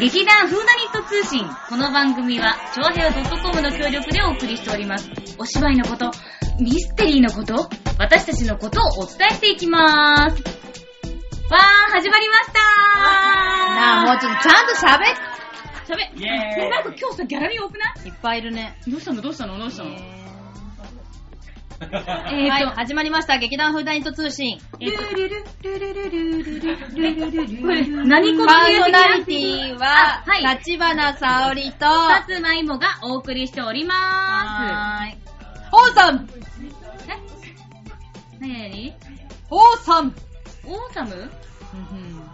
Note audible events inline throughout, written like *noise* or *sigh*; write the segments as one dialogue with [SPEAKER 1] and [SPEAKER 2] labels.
[SPEAKER 1] 劇団フーダニット通信。この番組は、ちょうへい .com の協力でお送りしております。お芝居のこと、ミステリーのこと、私たちのことをお伝えしていきます。わー、始まりましたー
[SPEAKER 2] なあ、もうちょっとちゃんと喋
[SPEAKER 1] 喋
[SPEAKER 3] イェーイ
[SPEAKER 1] なんか今日さ、ギャラリー多くない
[SPEAKER 2] っ。いっぱいいるね。
[SPEAKER 1] どうしたのどうしたのどうしたの
[SPEAKER 2] は
[SPEAKER 1] えーと
[SPEAKER 2] い、始まりました。劇団フーダニット通信。
[SPEAKER 1] えーと
[SPEAKER 2] これ
[SPEAKER 1] 何
[SPEAKER 2] パ
[SPEAKER 1] こ
[SPEAKER 2] ーソナリティ
[SPEAKER 1] あ、
[SPEAKER 2] は
[SPEAKER 1] はい
[SPEAKER 2] 立花沙織と、
[SPEAKER 1] さつまいもがお送りしておりま
[SPEAKER 2] はーい。王さん
[SPEAKER 1] す。えなになに
[SPEAKER 2] 王さん
[SPEAKER 1] オーサム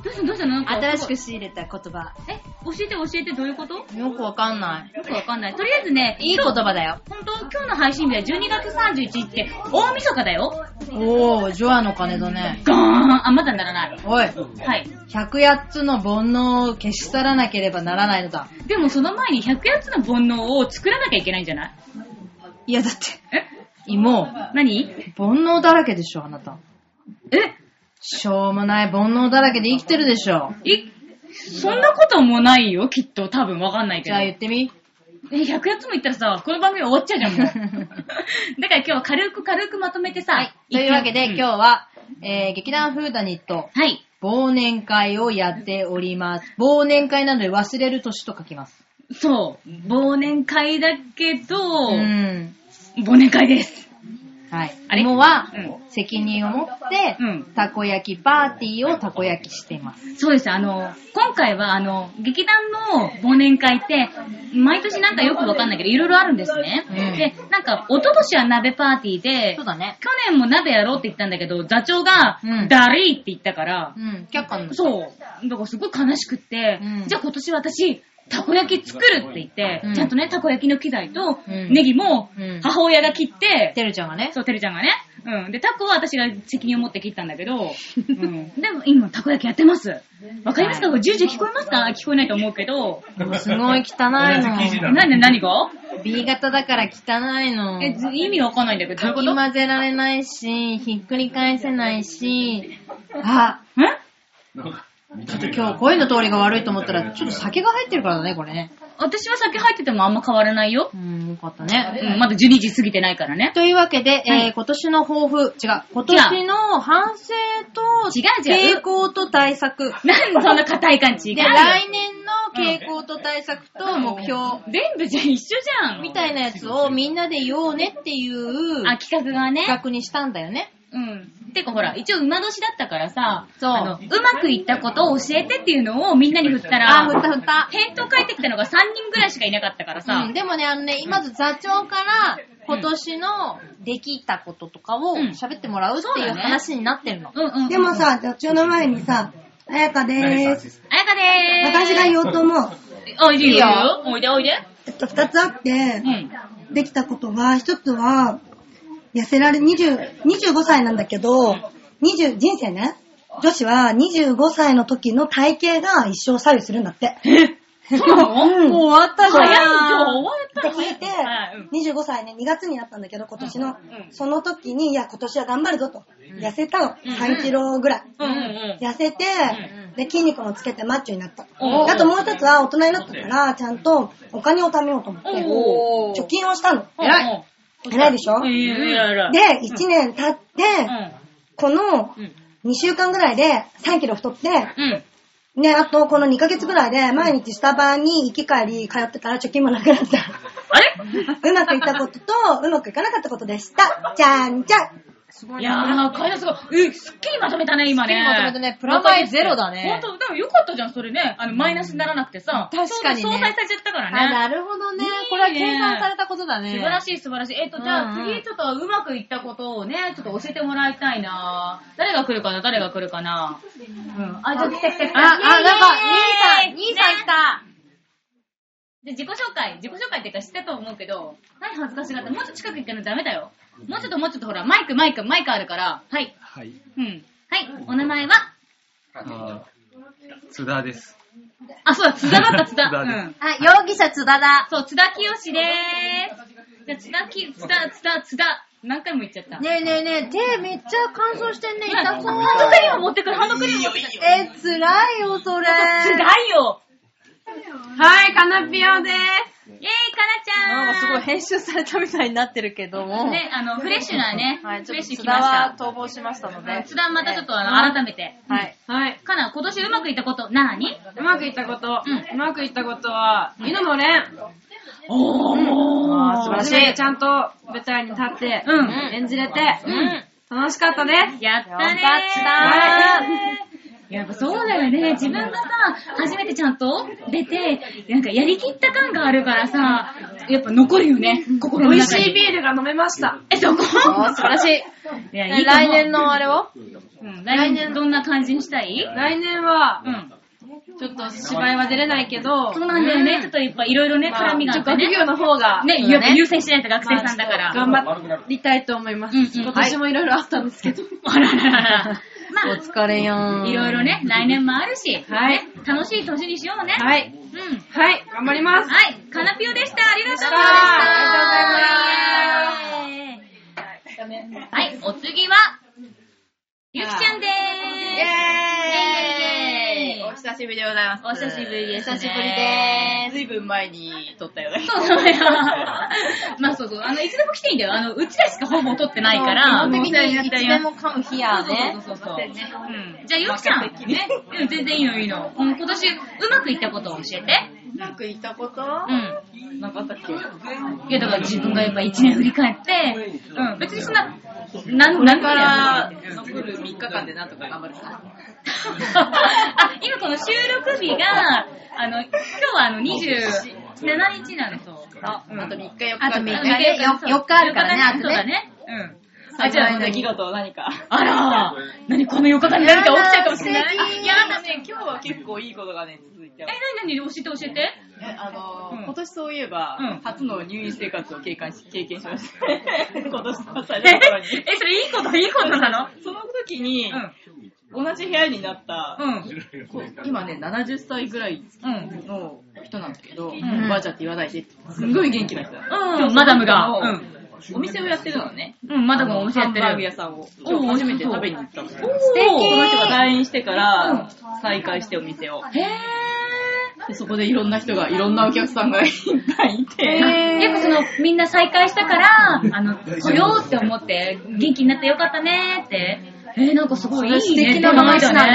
[SPEAKER 1] どうしたのどうしたのなんか
[SPEAKER 2] 新しく仕入れた言葉。
[SPEAKER 1] え、教えて教えてどういうことよ
[SPEAKER 2] よくわかんない。
[SPEAKER 1] くわかんない。とりあえずね、
[SPEAKER 2] いい言葉だよ。
[SPEAKER 1] 本当今日の配信日は12月31日って大晦日だよ。
[SPEAKER 2] おー、ジョアの鐘だね。
[SPEAKER 1] ガーンあ、まだならない。
[SPEAKER 2] おい、
[SPEAKER 1] はい。
[SPEAKER 2] 108つの煩悩を消し去らなければならないのだ。
[SPEAKER 1] でもその前に100やつの煩悩を作らなきゃいけないんじゃない
[SPEAKER 2] いや、だって、
[SPEAKER 1] え
[SPEAKER 2] 芋、
[SPEAKER 1] 何
[SPEAKER 2] 煩悩だらけでしょ、あなた。
[SPEAKER 1] え
[SPEAKER 2] しょうもない煩悩だらけで生きてるでしょ。
[SPEAKER 1] い、そんなこともないよ、きっと。多分わかんないけ
[SPEAKER 2] じ
[SPEAKER 1] ど
[SPEAKER 2] ゃあ。言ってみ。
[SPEAKER 1] え、100やつも言ったらさ、この番組終わっちゃうじゃん、もう。だ
[SPEAKER 2] *laughs*
[SPEAKER 1] から今日は軽く軽くまとめてさ。は
[SPEAKER 2] というわけで、今日
[SPEAKER 1] 日。
[SPEAKER 2] は、えー、劇団フーダニット、
[SPEAKER 1] はい。
[SPEAKER 2] 忘年会をやっております。忘年会なので忘れる年と書きます。
[SPEAKER 1] そう。忘年会だけど、
[SPEAKER 2] ん。
[SPEAKER 1] 忘年会です。
[SPEAKER 2] はい。
[SPEAKER 1] あれ
[SPEAKER 2] 芋は、
[SPEAKER 1] う
[SPEAKER 2] 責任を持って、
[SPEAKER 1] うん
[SPEAKER 2] たこ焼きパーティーをたこ焼きしています。
[SPEAKER 1] そうです。あの、今回は、あの、劇団の忘年会って、毎年なんかよくわかんないけど、いろいろあるんですね。
[SPEAKER 2] うん
[SPEAKER 1] で、なんか、一昨年は鍋パーティーで、
[SPEAKER 2] そうだね。
[SPEAKER 1] 去年も鍋やろうって言ったんだけど、座長が
[SPEAKER 2] うん、
[SPEAKER 1] だるいって言ったから
[SPEAKER 2] う、ん、却下の。
[SPEAKER 1] そう。だからすごい悲しくって、
[SPEAKER 2] うん
[SPEAKER 1] じゃあ今年私、たこ焼き作るって言って、
[SPEAKER 2] うん
[SPEAKER 1] ちゃんとね、たこ焼きの機材と、
[SPEAKER 2] うん
[SPEAKER 1] ネギも
[SPEAKER 2] うん、
[SPEAKER 1] 母親が切って、
[SPEAKER 2] てるちゃんがね。
[SPEAKER 1] そう、てるちゃんがね。うん。で、タコは私が責任を持って切ったんだけど、うん。でも今、たこ焼きやってます。わかりますかこれ、ジュージュー聞こえますか聞こえないと思うけど。
[SPEAKER 2] もうすごい汚い
[SPEAKER 3] 同じ生地
[SPEAKER 2] の
[SPEAKER 3] だ。
[SPEAKER 1] 何で何が
[SPEAKER 2] B 型だから汚いの。
[SPEAKER 1] え、ず意味わかんないんだけど、どうい
[SPEAKER 2] か
[SPEAKER 1] うこ
[SPEAKER 2] き
[SPEAKER 1] と
[SPEAKER 2] 混ぜられないし、ひっくり返せないし、あ、
[SPEAKER 1] え
[SPEAKER 2] ちょっと今日声の通りが悪いと思ったら、ちょっと酒が入ってるからだね、これね。
[SPEAKER 1] 私は酒入っててもあんま変わらないよ。
[SPEAKER 2] うん、よかった
[SPEAKER 1] う
[SPEAKER 2] ね。
[SPEAKER 1] ん、まだ12時過ぎてないからね。
[SPEAKER 2] というわけで、えー
[SPEAKER 1] はい
[SPEAKER 2] 今年の抱負、違う、今年の反省と、
[SPEAKER 1] 違う違う
[SPEAKER 2] 傾向と対策。
[SPEAKER 1] *laughs* なんでそんな硬い感じ
[SPEAKER 2] で、
[SPEAKER 1] 違うよ
[SPEAKER 2] 来年の傾向と対策と目標、
[SPEAKER 1] 全部じゃん一緒じゃん。
[SPEAKER 2] みたいなやつをみんなで言おうねっていう
[SPEAKER 1] あ、企画がね。
[SPEAKER 2] 企画にしたんだよね。
[SPEAKER 1] うん。てかほら、一応馬年だったからさ、
[SPEAKER 2] そう
[SPEAKER 1] あの、うまくいったことを教えてっていうのをみんなに振ったら、
[SPEAKER 2] あ、ふったふった。
[SPEAKER 1] 返答返ってきたのが3人ぐらいしかいなかったからさ、
[SPEAKER 2] うん、でもね、あのね、まず座長から、今年のできたこととかを
[SPEAKER 1] うん
[SPEAKER 2] 喋ってもらうって
[SPEAKER 1] そう
[SPEAKER 2] いう
[SPEAKER 1] だね
[SPEAKER 2] 話になってるの。
[SPEAKER 1] うんうん。
[SPEAKER 4] でも、さ、座長の前にさ、あやかでーす。
[SPEAKER 1] あやかでーす。
[SPEAKER 4] 私が言おうと思う。
[SPEAKER 1] あ、いいよ、いい
[SPEAKER 2] いいよ
[SPEAKER 1] よ。おいでおいで。
[SPEAKER 4] えっと、二つあって
[SPEAKER 1] う、ん。
[SPEAKER 4] できたことは、一つは、痩せられ、20、25歳なんだけど、20、人生ね。女子は25歳の時の体型が一生左右するんだって。
[SPEAKER 1] そうなの
[SPEAKER 4] うん
[SPEAKER 2] もう終わったじゃん。
[SPEAKER 1] 早い今日終わった
[SPEAKER 4] って
[SPEAKER 1] ら
[SPEAKER 4] 聞
[SPEAKER 1] 早 *laughs*
[SPEAKER 4] いて
[SPEAKER 1] はいうん、
[SPEAKER 4] 25歳ね、2月になったんだけど、今年の
[SPEAKER 1] うんうん。
[SPEAKER 4] その時に、いや、今年は頑張るぞと。痩せたの。
[SPEAKER 1] うん
[SPEAKER 4] 3キロぐらい。
[SPEAKER 1] うんうん
[SPEAKER 4] 痩せて、で、筋肉もつけてマッチョになった。
[SPEAKER 1] おー
[SPEAKER 4] あともう一つは大人になったから、ちゃんとお金を貯めようと思って、
[SPEAKER 1] お
[SPEAKER 4] 貯金をしたの。
[SPEAKER 1] うん。
[SPEAKER 2] 偉
[SPEAKER 1] い。
[SPEAKER 4] 偉いでしょ
[SPEAKER 1] うん、
[SPEAKER 4] で、
[SPEAKER 1] 偉い偉い。、
[SPEAKER 4] 1年経って、この
[SPEAKER 1] うん。
[SPEAKER 4] 2週間ぐらいで3キロ太っ
[SPEAKER 1] う
[SPEAKER 4] て、
[SPEAKER 1] ん。
[SPEAKER 4] ね、あとこの2ヶ月ぐらいで毎日スタバに行き帰り通ってたら貯金もな
[SPEAKER 1] *laughs*
[SPEAKER 4] くなった。
[SPEAKER 1] あれ
[SPEAKER 4] うまくいったことと、うまくいかなかったことでした。じゃんじゃん。
[SPEAKER 1] いやー、会話すごい。え、すっきりまとめたね、今ね。
[SPEAKER 2] すっきりまとめたねプラマイゼロだね
[SPEAKER 1] ほんと、でもよかったじゃん、それね。あの、マイナスにならなくてさ。
[SPEAKER 2] 確かにね
[SPEAKER 1] ちょうど相殺されちゃったからね。
[SPEAKER 2] あ、なるほどね
[SPEAKER 1] いいね。
[SPEAKER 2] これは計算されたことだね。
[SPEAKER 1] 素晴ら
[SPEAKER 2] い。
[SPEAKER 1] しい素晴らしい。えっと、じゃあ
[SPEAKER 2] うんうん
[SPEAKER 1] 次ちょっとうまくいったことをね、ちょっと教えてもらいたいな誰が来るかな誰が来るかなうん。あ、じゃあ来た来た来た。
[SPEAKER 2] あ、あ、なんか、兄さ
[SPEAKER 1] イ
[SPEAKER 2] ん、
[SPEAKER 1] エーイ
[SPEAKER 2] 兄さん来た。
[SPEAKER 1] ねで、自己紹介、自己紹介っていうか知ったと思うけど、はい、恥ずかしがって、もうちょっと近く行かないとダメだよ。もうちょっともうちょっとほら、マイクマイクマイクあるから、はい。
[SPEAKER 5] はい。
[SPEAKER 1] うん。はい、お名前は
[SPEAKER 5] あー津田です。
[SPEAKER 1] あ、そうだ、津田だった、津田。
[SPEAKER 5] *laughs* 津田
[SPEAKER 1] う
[SPEAKER 5] です
[SPEAKER 1] ん。
[SPEAKER 2] あ、容疑者津田だ。
[SPEAKER 1] そう、津田清でーす。じゃあ、津田き、津田、津田、津田。何回も言っちゃった。
[SPEAKER 2] ねえねえねえ、手めっちゃ乾燥してんね。
[SPEAKER 1] ハ
[SPEAKER 2] 痛
[SPEAKER 1] ン
[SPEAKER 2] そう。
[SPEAKER 1] ドクリーム持ってくる、ハンドクリーム持ってくる。
[SPEAKER 2] え、辛いよ、それ。
[SPEAKER 1] 辛いよ。
[SPEAKER 3] はい、かなぴよ
[SPEAKER 1] イェーイ、かな
[SPEAKER 3] でー
[SPEAKER 1] ちゃん
[SPEAKER 3] なんかすごい編集されたみたいになってるけども。
[SPEAKER 1] ね、あの、フレッシュなね、
[SPEAKER 3] はい、ち
[SPEAKER 1] フ
[SPEAKER 3] ょ
[SPEAKER 1] レ
[SPEAKER 3] っ
[SPEAKER 1] ッ
[SPEAKER 3] と
[SPEAKER 1] シュ
[SPEAKER 3] 津
[SPEAKER 1] 来
[SPEAKER 3] 田
[SPEAKER 1] ま
[SPEAKER 3] は
[SPEAKER 1] し
[SPEAKER 3] 逃亡しましたの
[SPEAKER 1] た。
[SPEAKER 3] で。
[SPEAKER 1] 津田またちょっとあの、改めて。
[SPEAKER 3] はい。
[SPEAKER 6] はい。
[SPEAKER 1] かな、今年うまくいったこと、なーに
[SPEAKER 6] うまくいったこと、
[SPEAKER 1] う
[SPEAKER 6] うまくいったことは、みののれん。
[SPEAKER 3] あー素晴ら
[SPEAKER 6] 初
[SPEAKER 3] し
[SPEAKER 6] めてちゃんと舞台に立って、
[SPEAKER 1] うん
[SPEAKER 6] 演じれて、
[SPEAKER 3] い。
[SPEAKER 6] 楽しかったです。
[SPEAKER 1] やったねー
[SPEAKER 3] よかった
[SPEAKER 1] やっぱそうだよね。自分がさ、初めてちゃんと出て、なんかやりきった感があるからさ、やっぱ残るよね、心の
[SPEAKER 6] 美味
[SPEAKER 1] 中に。
[SPEAKER 6] しいビールが飲めました。*laughs*
[SPEAKER 1] え、そこ
[SPEAKER 3] おー素晴らしい。
[SPEAKER 1] いや、いいと思う
[SPEAKER 3] 来年。のあれを
[SPEAKER 1] うん、来年どんな感じにしたい
[SPEAKER 6] 来年は
[SPEAKER 1] う、ん。
[SPEAKER 6] ちょっと芝居は出れないけど、
[SPEAKER 1] そうなんだよね。ちょっといっぱいいろいろね、
[SPEAKER 6] まあ
[SPEAKER 1] 絡みがあって
[SPEAKER 6] ちょっと学
[SPEAKER 1] ね。
[SPEAKER 6] 業の方が、
[SPEAKER 1] ね、やっぱ優先しないと学生さんだから。
[SPEAKER 6] 頑張りたいと思います。
[SPEAKER 1] うんうん
[SPEAKER 6] 今年もいろいろあったんですけど。
[SPEAKER 1] あらららら。
[SPEAKER 6] *laughs*
[SPEAKER 1] ま
[SPEAKER 3] お疲れよ
[SPEAKER 1] あ、
[SPEAKER 3] ー
[SPEAKER 1] いろいろね、来年もあるし、
[SPEAKER 6] はい
[SPEAKER 1] ね楽しい年にしようね。。
[SPEAKER 6] はいい。
[SPEAKER 1] うん。
[SPEAKER 6] はい、頑張ります。
[SPEAKER 1] はい、カナピオでした。ありがとうございました。ありがとうございます。はい、お次は、ゆきちゃんで
[SPEAKER 3] イ
[SPEAKER 1] ーす。イェーイ
[SPEAKER 3] ェーイお久しぶりでございます。
[SPEAKER 1] お久しぶりですね
[SPEAKER 3] お久しぶりでーす。ずいぶん前に撮ったよね。
[SPEAKER 1] そうそうよ。まあそうそう。あの、いつでも来ていいんだよ。あの、うちらしかほぼ撮ってないから。
[SPEAKER 3] 基本的にいつで
[SPEAKER 1] も
[SPEAKER 3] も噛む日やね。
[SPEAKER 1] そうそうそうそう。うん。じゃあ、ゆきちゃん。ね。うん、全然いいのいいの。うん、今年、うまくいったことを教えて。
[SPEAKER 3] うまくいったこと
[SPEAKER 1] うん。
[SPEAKER 3] なかったっけ
[SPEAKER 1] いや、だから自分がやっぱ一年振り返って、うん、別にそんな、なん、なん
[SPEAKER 3] だ
[SPEAKER 1] か
[SPEAKER 3] から
[SPEAKER 1] ら、、
[SPEAKER 3] 残る3日間でなんとか頑張るか。
[SPEAKER 1] *laughs* あ、今この収録日が、あの、今日はあの27日なの、そう。
[SPEAKER 3] あ、あと3日4日
[SPEAKER 2] あと
[SPEAKER 1] 三
[SPEAKER 2] 三日ねよ四日あるからね
[SPEAKER 1] そうだね。うん。あ、
[SPEAKER 3] あ、
[SPEAKER 1] じ
[SPEAKER 3] じ
[SPEAKER 1] ゃ
[SPEAKER 3] ゃ
[SPEAKER 1] あ、
[SPEAKER 3] あ、出来事を何か。
[SPEAKER 1] あら、何この4日間に何か起きちゃうかもしれない。
[SPEAKER 3] いや、なんかね、今日は結構いいことがね、続いて
[SPEAKER 1] え、
[SPEAKER 3] ま
[SPEAKER 1] な
[SPEAKER 3] す。
[SPEAKER 1] になに教えて教えて。
[SPEAKER 3] えあの
[SPEAKER 1] う
[SPEAKER 3] ー
[SPEAKER 1] ん
[SPEAKER 3] 今年そういえば、
[SPEAKER 1] うん
[SPEAKER 3] 初の入院生活を経験し経験しました。 *laughs* 今年の最
[SPEAKER 1] え、
[SPEAKER 3] 初の頃に。
[SPEAKER 1] えそれいいこと、いいことなの
[SPEAKER 3] その時に、
[SPEAKER 1] う
[SPEAKER 3] 同じ部屋になった、
[SPEAKER 1] ん。うん。
[SPEAKER 3] こう今ね、70歳ぐらい
[SPEAKER 1] うん。
[SPEAKER 3] の人なんだけど、
[SPEAKER 1] ん
[SPEAKER 3] おばあちゃんって言わないで、すんごい元気な人なの
[SPEAKER 1] うん、マダムが。
[SPEAKER 3] う
[SPEAKER 1] うん
[SPEAKER 3] ん。お店をやってるのね。
[SPEAKER 1] うん、マダムがお店やってる。
[SPEAKER 3] ハンバーグ屋さんを。
[SPEAKER 1] おー
[SPEAKER 3] 初めて食べに行ったの。
[SPEAKER 1] おー
[SPEAKER 3] 素敵この人が退院してから、再開してお店を。
[SPEAKER 1] へ
[SPEAKER 3] でそこでいろんな人が、いろんなお客さんがいっぱいいて。
[SPEAKER 1] ー。やっぱその、みんな再会したから、あの、来ようって思って、元気になってよかったねーって。えー、なんかすごいいいね。素
[SPEAKER 3] 素敵な話だ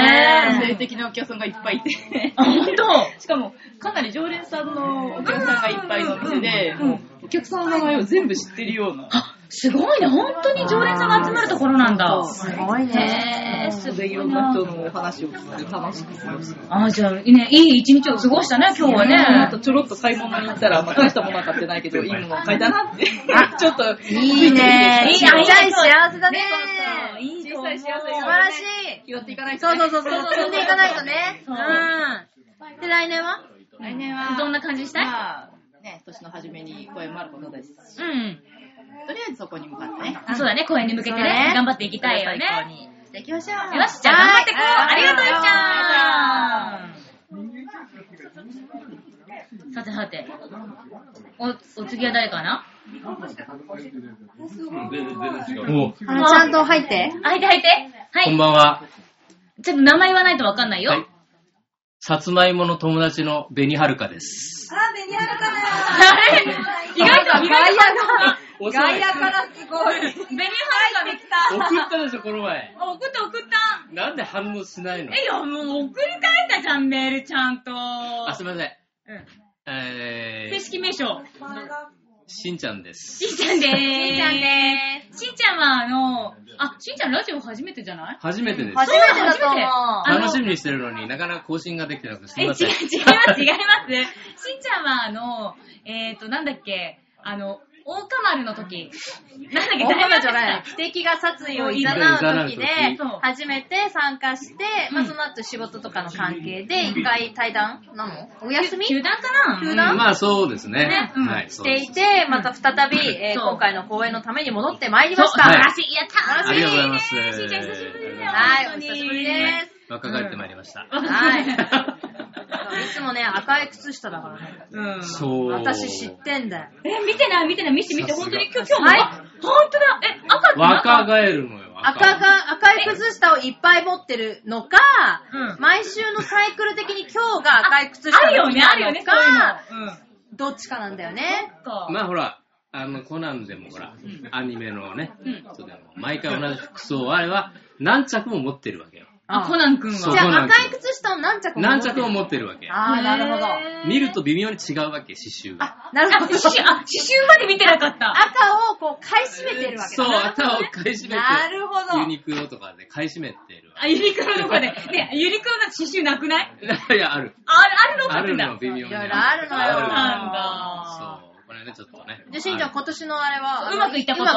[SPEAKER 3] ね。
[SPEAKER 1] ね。
[SPEAKER 3] 性的なお客さんがいっぱいいて。 *laughs*
[SPEAKER 1] あ、ほんと
[SPEAKER 3] しかも、かなり常連さんのお客さんがいっぱいのお店で、
[SPEAKER 1] うん
[SPEAKER 3] もうお客さんの名前を全部知ってるような。
[SPEAKER 1] あ、すごいね。本当に常連さんが集まるところなんだ。
[SPEAKER 3] すごい
[SPEAKER 1] ね
[SPEAKER 3] えすごい。いろんな人のお話を聞いて楽しく過ごして。
[SPEAKER 1] あ、じゃあ、ね、いい一日を過ごしたね、今日は
[SPEAKER 3] あと
[SPEAKER 1] ね。
[SPEAKER 3] ちょろっと買い物に行ったら、まあ、大したものは買ってないけど、いいものを買 *laughs* えたなって。ちょっと、
[SPEAKER 2] いいね
[SPEAKER 1] いい
[SPEAKER 2] ちっちゃい幸せだね
[SPEAKER 1] そうそういいと
[SPEAKER 3] 小
[SPEAKER 1] 思
[SPEAKER 3] さ
[SPEAKER 1] う
[SPEAKER 3] い幸せ
[SPEAKER 2] 素
[SPEAKER 3] を
[SPEAKER 2] 晴らしい
[SPEAKER 3] 拾っていかないと
[SPEAKER 2] そ
[SPEAKER 3] ね。
[SPEAKER 2] うそうそうそう、積んでいかないとね。
[SPEAKER 1] そう
[SPEAKER 2] うん。で、来年は
[SPEAKER 3] 来年は、
[SPEAKER 1] どんな感じにしたい
[SPEAKER 3] まあ、ね、年の初めに公演もあることですし。
[SPEAKER 1] うん。
[SPEAKER 3] とりあえずそこに向かってね。
[SPEAKER 1] そうだね、公演に向けて
[SPEAKER 2] そうだ
[SPEAKER 1] ね
[SPEAKER 2] ね、
[SPEAKER 1] 頑張っていきたいよね。
[SPEAKER 3] 最高に。じゃあ行きましょう。
[SPEAKER 1] よし、じゃあ頑張ってこうありがとう、ゆきちゃんさてさて、お、お次は誰かな
[SPEAKER 5] お
[SPEAKER 2] あの、ちゃんと入って。
[SPEAKER 1] あ、いて入って。は
[SPEAKER 5] こん
[SPEAKER 1] い。
[SPEAKER 5] ばんは。
[SPEAKER 1] ちょっと名前言わないとわかんないよ。
[SPEAKER 5] はい。さつまいもの友達の紅はるかです。
[SPEAKER 4] あ、ベニヤルかな
[SPEAKER 1] *laughs* あれ意外と、意外と。
[SPEAKER 3] 外野から
[SPEAKER 1] ベニハルができた。
[SPEAKER 5] 送ったでしょ、この前。
[SPEAKER 1] あ送った送った。
[SPEAKER 5] なんで反応しないの
[SPEAKER 1] え、いや、もう送り返したじゃん、メールちゃんと。
[SPEAKER 5] あ、すいません。
[SPEAKER 1] うん
[SPEAKER 5] え
[SPEAKER 1] 正
[SPEAKER 5] ー、
[SPEAKER 1] 式名称。
[SPEAKER 5] しんちゃんです。
[SPEAKER 1] しんちゃんでーす。しんちゃんでーす。しんちゃんはあの、あ、しんちゃんラジオ初めてじゃない
[SPEAKER 5] 初めてです。
[SPEAKER 2] 初めてだと思う。
[SPEAKER 1] あの
[SPEAKER 5] 楽しみにしてるのになかなか更新ができてなくてす
[SPEAKER 1] え、違、
[SPEAKER 5] いう
[SPEAKER 1] 違いま、
[SPEAKER 5] ます
[SPEAKER 1] 違
[SPEAKER 5] せん。
[SPEAKER 1] います。しんちゃんは、あの、えっ、ー、と、なんだっけ、あの、大岡丸の時。なんだっけ、
[SPEAKER 2] 大
[SPEAKER 1] 誰
[SPEAKER 2] じゃ *laughs* ない。汽笛が殺意を誘う時で
[SPEAKER 5] 誘う時
[SPEAKER 1] そう、
[SPEAKER 2] 初めて参加して、まあその後仕事とかの関係で、一回対談なのお休み
[SPEAKER 1] 球団かな
[SPEAKER 2] 球
[SPEAKER 1] うん
[SPEAKER 2] 団
[SPEAKER 5] まあそうですね。
[SPEAKER 1] ねうん
[SPEAKER 5] はい、
[SPEAKER 2] し
[SPEAKER 5] そう
[SPEAKER 2] て
[SPEAKER 5] で
[SPEAKER 2] い
[SPEAKER 5] す。
[SPEAKER 2] て、また再び、えー
[SPEAKER 1] そう
[SPEAKER 2] 今回の公演のために戻ってまいり
[SPEAKER 1] そう、
[SPEAKER 2] ま
[SPEAKER 1] 素
[SPEAKER 2] し
[SPEAKER 1] 晴
[SPEAKER 2] た。
[SPEAKER 1] らしい。やった
[SPEAKER 5] ありがとうございます
[SPEAKER 1] しんちゃん久しぶりだよ。
[SPEAKER 2] はい、お久しぶりです。
[SPEAKER 1] す。
[SPEAKER 5] 若返ってまいりました。
[SPEAKER 2] はいい。いつもね、赤い靴下だからね。
[SPEAKER 1] うん。
[SPEAKER 5] そう。
[SPEAKER 2] 私知ってんだよ。
[SPEAKER 1] え、見てない、見てない、見して見て、
[SPEAKER 5] さす
[SPEAKER 1] 本
[SPEAKER 5] が
[SPEAKER 1] 当に今日、今日も、あ本当だ、え、赤ってなんか
[SPEAKER 5] 若返るのよ。
[SPEAKER 2] 赤が、赤い靴下をいっぱい持ってるのか、
[SPEAKER 1] うん
[SPEAKER 2] 毎週のサイクル的に今日が赤い靴下
[SPEAKER 1] ある
[SPEAKER 2] の
[SPEAKER 1] よ
[SPEAKER 2] 日
[SPEAKER 1] ね、
[SPEAKER 2] な
[SPEAKER 1] あるよ
[SPEAKER 2] の
[SPEAKER 1] ね、そういう
[SPEAKER 2] か、
[SPEAKER 1] の。うん。
[SPEAKER 2] どっちかなんだよね。
[SPEAKER 1] か
[SPEAKER 5] まあほら、あの、コナンでもほら、アニメのね、そうだよ毎回同じ服装、あれは何着も持ってるわけよ。
[SPEAKER 1] あ、コナン君
[SPEAKER 5] そう
[SPEAKER 2] じ
[SPEAKER 1] は。
[SPEAKER 2] ゃあ赤い靴下を何着も持
[SPEAKER 5] 何
[SPEAKER 2] ってる
[SPEAKER 5] 着も持ってるわけ。
[SPEAKER 2] ああ、なるほど。
[SPEAKER 5] 見ると微妙に違うわけ、刺繍が。
[SPEAKER 2] あ、なる
[SPEAKER 1] あ、
[SPEAKER 2] ほど
[SPEAKER 1] 刺。繍、あ、刺繍まで見てなかった。
[SPEAKER 2] 赤をこう買い占めてるわけ
[SPEAKER 5] そう、
[SPEAKER 2] だな。
[SPEAKER 5] 頭を買い占めて、
[SPEAKER 2] なるほど
[SPEAKER 5] ユニクロとかで買い占めてるわ
[SPEAKER 1] あ、ユニクロとかで。ね、ユニクロだと刺繍なくない
[SPEAKER 5] け。いや、ある。
[SPEAKER 1] ああるのか
[SPEAKER 5] あ
[SPEAKER 1] って
[SPEAKER 5] る
[SPEAKER 1] んだ。
[SPEAKER 5] の、微妙
[SPEAKER 2] い
[SPEAKER 5] に。
[SPEAKER 2] ろいろあるのよ。
[SPEAKER 5] ある
[SPEAKER 1] なん
[SPEAKER 5] そ
[SPEAKER 1] だ。
[SPEAKER 5] う、これね、ちょっとね。
[SPEAKER 2] じゃあ、しんちゃん今年のあれは、
[SPEAKER 1] うまくいったこと
[SPEAKER 2] う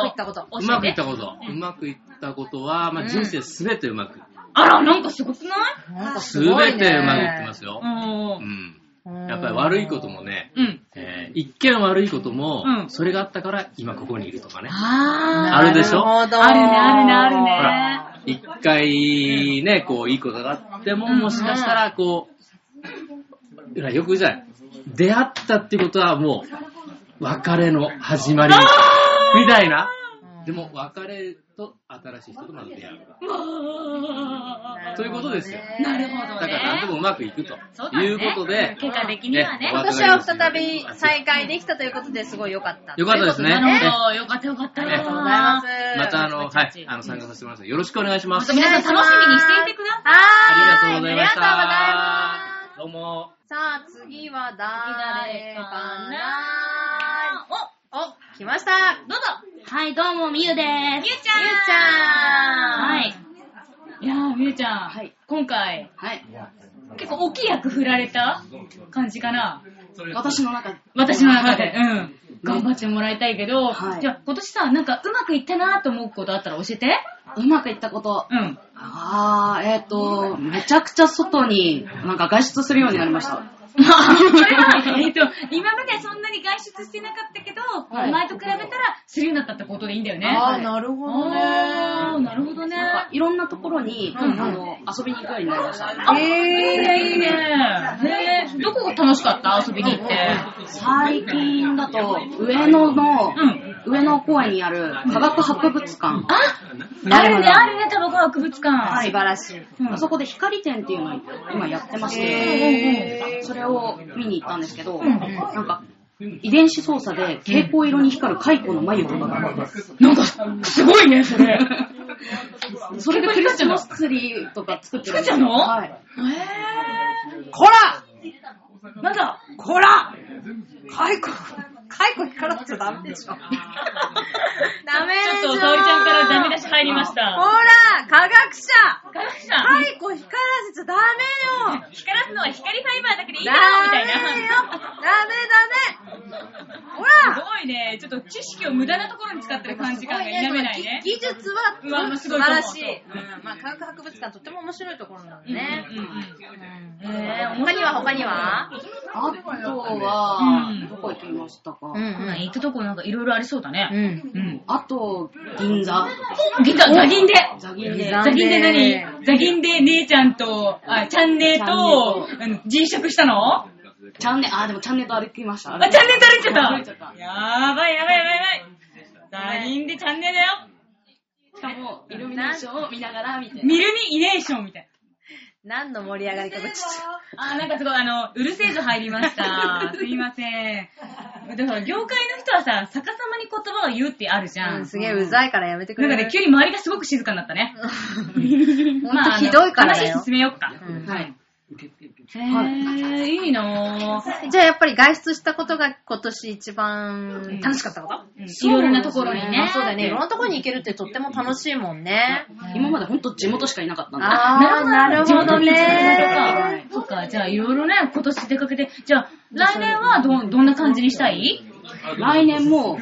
[SPEAKER 2] まくいったこと。
[SPEAKER 5] うまくいっ
[SPEAKER 1] 教えて
[SPEAKER 5] たこと。うまくいったことは、まあ、人生すべてうまく。
[SPEAKER 1] あら、なんかすごくない
[SPEAKER 2] なんか
[SPEAKER 5] す
[SPEAKER 2] す
[SPEAKER 5] べ
[SPEAKER 2] ごいね
[SPEAKER 5] てうまくいってますよ。
[SPEAKER 1] う。
[SPEAKER 5] うんん。
[SPEAKER 2] うん
[SPEAKER 5] やっぱり悪いこともね、
[SPEAKER 1] うん。
[SPEAKER 5] えー一見悪いことも、
[SPEAKER 1] うん
[SPEAKER 5] それがあったから今ここにいるとかね。
[SPEAKER 1] あ
[SPEAKER 5] あるでしょ
[SPEAKER 2] なほど
[SPEAKER 1] あるねあるねあるね
[SPEAKER 5] ほら、一回ね、こう、いいことがあっても、もしかしたら、こう、いやよくじゃない。出会ったってことはもう、別れの始まり、みたいな。でも、別れと新しい人とまた出会う。
[SPEAKER 1] あ。
[SPEAKER 5] ということですよ
[SPEAKER 1] なるほど
[SPEAKER 5] だか
[SPEAKER 1] ね
[SPEAKER 5] ら何でもうまくいくと
[SPEAKER 1] そうだね
[SPEAKER 5] いうことで、
[SPEAKER 1] 結果的にはね。
[SPEAKER 2] 今年は再び再開できたということですごい良かった。
[SPEAKER 5] よかったですね。
[SPEAKER 1] な
[SPEAKER 5] ね
[SPEAKER 1] るほど。よかったよかった。
[SPEAKER 5] あり
[SPEAKER 2] ありがとうございます。
[SPEAKER 5] またあの、
[SPEAKER 1] ち
[SPEAKER 5] は
[SPEAKER 1] まち
[SPEAKER 5] い、あの、参加させてもらいます。よろしくお願いしま。
[SPEAKER 1] ますた
[SPEAKER 5] あ
[SPEAKER 1] 皆さん楽しみにしていてください。
[SPEAKER 5] りが
[SPEAKER 2] は
[SPEAKER 5] と
[SPEAKER 2] ーい。
[SPEAKER 5] うございました。
[SPEAKER 2] ありがとうございます
[SPEAKER 5] どうも。
[SPEAKER 2] さあ、次は誰かな
[SPEAKER 1] お
[SPEAKER 2] お、来ました。
[SPEAKER 1] どうぞはい、どうも、みゆです。みゆちゃん
[SPEAKER 2] みゆちゃん
[SPEAKER 1] はい。いやー、みゆちゃん。今回、結構大きい役振られた感じかな。
[SPEAKER 3] 私の中で。
[SPEAKER 1] 私の中で。うん。頑張ってもらいたいけど、
[SPEAKER 3] はい
[SPEAKER 1] じゃあ今年さ、なんかうまくいったなと思うことあったら教えて。
[SPEAKER 3] うまくいったこと。
[SPEAKER 1] うん。
[SPEAKER 3] あー、えっ、と、めちゃくちゃ外に、なんか外出するようになり
[SPEAKER 1] *laughs*
[SPEAKER 3] ました。
[SPEAKER 1] まあ、それは、えっと、今まではそんなに外出してなかったけど、
[SPEAKER 3] はい
[SPEAKER 1] 前と比べたらするようになったってことでいいんだよね。
[SPEAKER 2] あ
[SPEAKER 3] は
[SPEAKER 2] あ、
[SPEAKER 3] い
[SPEAKER 2] なるほど
[SPEAKER 1] あー、
[SPEAKER 2] ね。
[SPEAKER 1] なるほどね。
[SPEAKER 3] なんかいろんなところに、
[SPEAKER 1] ん
[SPEAKER 3] あの、遊びに行くようになりました。
[SPEAKER 1] あ、いいね、いいね。ねどこが楽しかった遊びに行って。
[SPEAKER 3] 最近だと、上野の、
[SPEAKER 1] うん。
[SPEAKER 3] 上野公園にある科学博物館。
[SPEAKER 1] ああるね、あるね、タバコ博物館。は
[SPEAKER 2] 素晴。らしい。
[SPEAKER 1] うん
[SPEAKER 3] あそこで光展っていうのを今やってまし
[SPEAKER 2] へ
[SPEAKER 3] て、それを見に行ったんですけど、
[SPEAKER 1] ん
[SPEAKER 3] なんか、遺伝子操作で蛍光色に光る蚕の眉とかが
[SPEAKER 1] なんか、すごいね、それ。
[SPEAKER 3] それでクリスマスツリーとか作ってるん
[SPEAKER 1] 作っ
[SPEAKER 3] ですよ
[SPEAKER 1] ちゃうの
[SPEAKER 3] はい。
[SPEAKER 2] こら
[SPEAKER 1] なんか、
[SPEAKER 2] こら解雇、解雇光らせちゃダメでしょ。ダメでし
[SPEAKER 1] ちょっと、
[SPEAKER 2] ょ
[SPEAKER 1] 沙織ちゃんからダメ出し入りまし
[SPEAKER 2] ほ
[SPEAKER 1] た。
[SPEAKER 2] ら科学者
[SPEAKER 1] ガラクさん、
[SPEAKER 2] 解雇光らせちゃダメよ
[SPEAKER 1] 光らすのは光ファイバーだけでいいだ
[SPEAKER 2] ダ
[SPEAKER 1] ろ、みたい
[SPEAKER 2] メよ
[SPEAKER 1] な。
[SPEAKER 2] ダメダメほ
[SPEAKER 1] す
[SPEAKER 2] ら
[SPEAKER 1] ごいね、ちょっと知識を無駄なところに使ってる感じが否めないね。
[SPEAKER 2] 技術は
[SPEAKER 1] うわす
[SPEAKER 2] 素
[SPEAKER 1] ごい
[SPEAKER 2] 晴
[SPEAKER 1] と思う
[SPEAKER 2] らしい。うんまあ、科学博物館とっても面白いところなのでね。
[SPEAKER 1] うんうん
[SPEAKER 2] うん他には他には
[SPEAKER 3] あと
[SPEAKER 1] うん
[SPEAKER 3] は、どこ行きましたか
[SPEAKER 1] うん。行ったとこなんかいろいろありそうだ
[SPEAKER 2] う
[SPEAKER 1] ね。
[SPEAKER 2] ん。
[SPEAKER 1] うん。
[SPEAKER 3] あと、銀座。
[SPEAKER 1] 銀座、ザ銀で
[SPEAKER 3] 座銀
[SPEAKER 2] 銀
[SPEAKER 3] で
[SPEAKER 2] 座。
[SPEAKER 1] ザギンで何ザギンで姉ちゃんと、あ、チャンネルと、
[SPEAKER 3] チ
[SPEAKER 1] うん人食したのあ、
[SPEAKER 3] チャンネル、あ、でもチャンネルと歩きました。
[SPEAKER 1] チャンネル取れち
[SPEAKER 3] 歩い
[SPEAKER 1] ゃ
[SPEAKER 3] ちゃ
[SPEAKER 1] っ
[SPEAKER 3] ったた
[SPEAKER 1] やばいやばいやばいやばい。ザギンでチャンネルだよ。
[SPEAKER 3] しかも、イルミネーションを見ながら、みたいな。
[SPEAKER 1] ミルミイネーションみたい
[SPEAKER 2] 何の盛り上がりかがちょっ
[SPEAKER 1] な。あ、なんかすごい、あの、うるせえぞ入りま *laughs* した。すいません。だから業界の人はさ、逆さまに言葉を言うってあるじ
[SPEAKER 2] と
[SPEAKER 1] ゃ。
[SPEAKER 2] うんん。すげえうざいからやめてく
[SPEAKER 1] な
[SPEAKER 2] れ
[SPEAKER 1] んか
[SPEAKER 2] る。
[SPEAKER 1] ね、急に周りがすごく静かになった *laughs* ね。
[SPEAKER 2] ほんとひどいからだ
[SPEAKER 1] 話
[SPEAKER 2] よ
[SPEAKER 1] 進めよっか。
[SPEAKER 2] うん
[SPEAKER 3] はい。
[SPEAKER 1] へー、いいなぁ。
[SPEAKER 2] じゃあやっぱり外出したことが今年一番楽しかったこと、
[SPEAKER 1] いろいろなところにね。
[SPEAKER 2] そうだね。いろんなところに行けるってとっても楽しいもんね。
[SPEAKER 3] 今までほんと地元しかいなかったんで。
[SPEAKER 2] あー、なるほどね。
[SPEAKER 1] そっか、じゃあいろいろね、今年出かけて、じゃあ来年はどん、どんな感じにしたい
[SPEAKER 3] 来年も、
[SPEAKER 2] う
[SPEAKER 3] も
[SPEAKER 2] ん
[SPEAKER 3] っ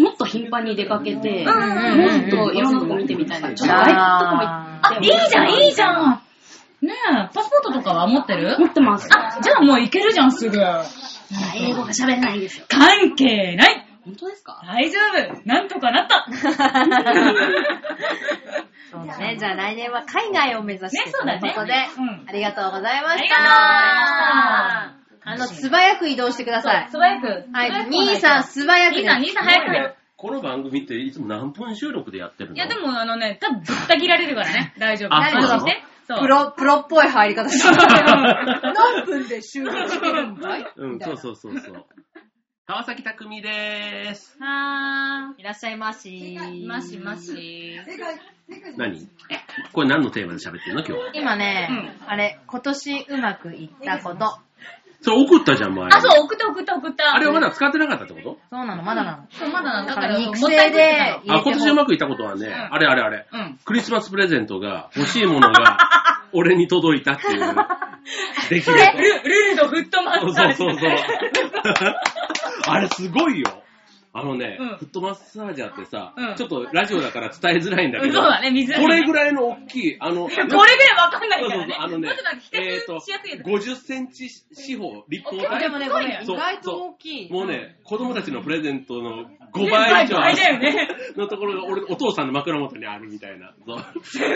[SPEAKER 3] もっと頻繁に出かけて、もっといろんなとこ見てみたいな。ちょっとああ
[SPEAKER 1] あ、
[SPEAKER 3] いうとこも行って
[SPEAKER 1] いいじゃん、いいじゃんねえ、パスポートとかは持ってる
[SPEAKER 3] 持ってます。
[SPEAKER 1] あ、じゃあもう行けるじゃん、すぐ。
[SPEAKER 3] 英語が喋れないんですよ。
[SPEAKER 1] 関係ない
[SPEAKER 3] 本当ですか
[SPEAKER 1] 大丈夫なんとかなった *laughs*
[SPEAKER 2] *laughs* そうだね。じゃあ来年は海外を目指して
[SPEAKER 1] ねそうだね
[SPEAKER 2] ということで、
[SPEAKER 1] うん
[SPEAKER 2] ありがとうございました。
[SPEAKER 1] ありがとうございま
[SPEAKER 2] あの、素早く移動してください。
[SPEAKER 1] 素早く。
[SPEAKER 2] はい、
[SPEAKER 1] 素早くお願
[SPEAKER 2] 兄
[SPEAKER 1] しま
[SPEAKER 2] さん
[SPEAKER 1] す
[SPEAKER 2] 素早く
[SPEAKER 1] 兄
[SPEAKER 2] です。
[SPEAKER 1] さん、兄さん早く。
[SPEAKER 7] この番組っていつも何分収録でやってるの
[SPEAKER 1] いや、でもあのね、多分ぶった切られるから
[SPEAKER 2] *laughs*
[SPEAKER 1] ね。大丈夫。
[SPEAKER 7] あそうなの
[SPEAKER 1] 安心して。そう。
[SPEAKER 2] プロ、プロっぽい入り方してる。何分で終了できるんだい
[SPEAKER 7] うん、そうそうそうそう。川崎匠でーす。
[SPEAKER 1] はー
[SPEAKER 2] いらっしゃいまし
[SPEAKER 1] い。ましま。し。
[SPEAKER 7] 何これ何のテーマで喋ってるの今日。
[SPEAKER 2] 今ね、あれ、今年うまくいったこと。
[SPEAKER 7] それ送ったじゃん、前に。
[SPEAKER 1] あ、そう、送った送った送った。
[SPEAKER 7] あれをまだ使ってなかったってこと
[SPEAKER 2] そうなの、まだなの。
[SPEAKER 1] そう、まだなんだ
[SPEAKER 2] だ
[SPEAKER 1] か、
[SPEAKER 2] からら、
[SPEAKER 1] もっ
[SPEAKER 2] 肉
[SPEAKER 1] た
[SPEAKER 2] 声
[SPEAKER 1] いぶって
[SPEAKER 2] で
[SPEAKER 1] た、
[SPEAKER 7] あ、今年
[SPEAKER 2] ま
[SPEAKER 7] うまくいったことはね、あれあれあれ、
[SPEAKER 1] うん
[SPEAKER 7] クリスマスプレゼントが欲しいものが俺に届いたって
[SPEAKER 1] *laughs*
[SPEAKER 7] いう出来事。
[SPEAKER 1] の。ル、ルルドフットマ
[SPEAKER 7] そ
[SPEAKER 1] ッ
[SPEAKER 7] う
[SPEAKER 1] サ
[SPEAKER 7] そ
[SPEAKER 1] ー
[SPEAKER 7] う
[SPEAKER 1] ジ。
[SPEAKER 7] そう
[SPEAKER 1] *laughs*
[SPEAKER 7] そう。あれすごいよ。あのね、
[SPEAKER 1] うん
[SPEAKER 7] フットマッサージャーってさ、
[SPEAKER 1] うん
[SPEAKER 7] ちょっとラジオだから伝えづらいんだけど、
[SPEAKER 1] そうだね水だね
[SPEAKER 7] これぐらいの大きい、あの、これ
[SPEAKER 1] これぐらいわかんない
[SPEAKER 7] そう
[SPEAKER 1] か
[SPEAKER 7] そ
[SPEAKER 1] ら
[SPEAKER 7] うそう
[SPEAKER 1] ね。
[SPEAKER 7] あの
[SPEAKER 1] もう
[SPEAKER 7] ね
[SPEAKER 1] ちょっとなんか比、
[SPEAKER 7] えっ、
[SPEAKER 1] 較
[SPEAKER 7] と
[SPEAKER 1] しやすいや、つ。
[SPEAKER 7] 50センチ四方立方
[SPEAKER 6] で
[SPEAKER 7] 体。
[SPEAKER 6] もね、ごめん、意
[SPEAKER 7] そう
[SPEAKER 6] 外と大きい。
[SPEAKER 7] もうね、子供たちのプレゼントの5倍以上
[SPEAKER 1] 倍だよね。
[SPEAKER 7] のところが俺、お父さんの枕元にあるみたいな。そう
[SPEAKER 1] すごい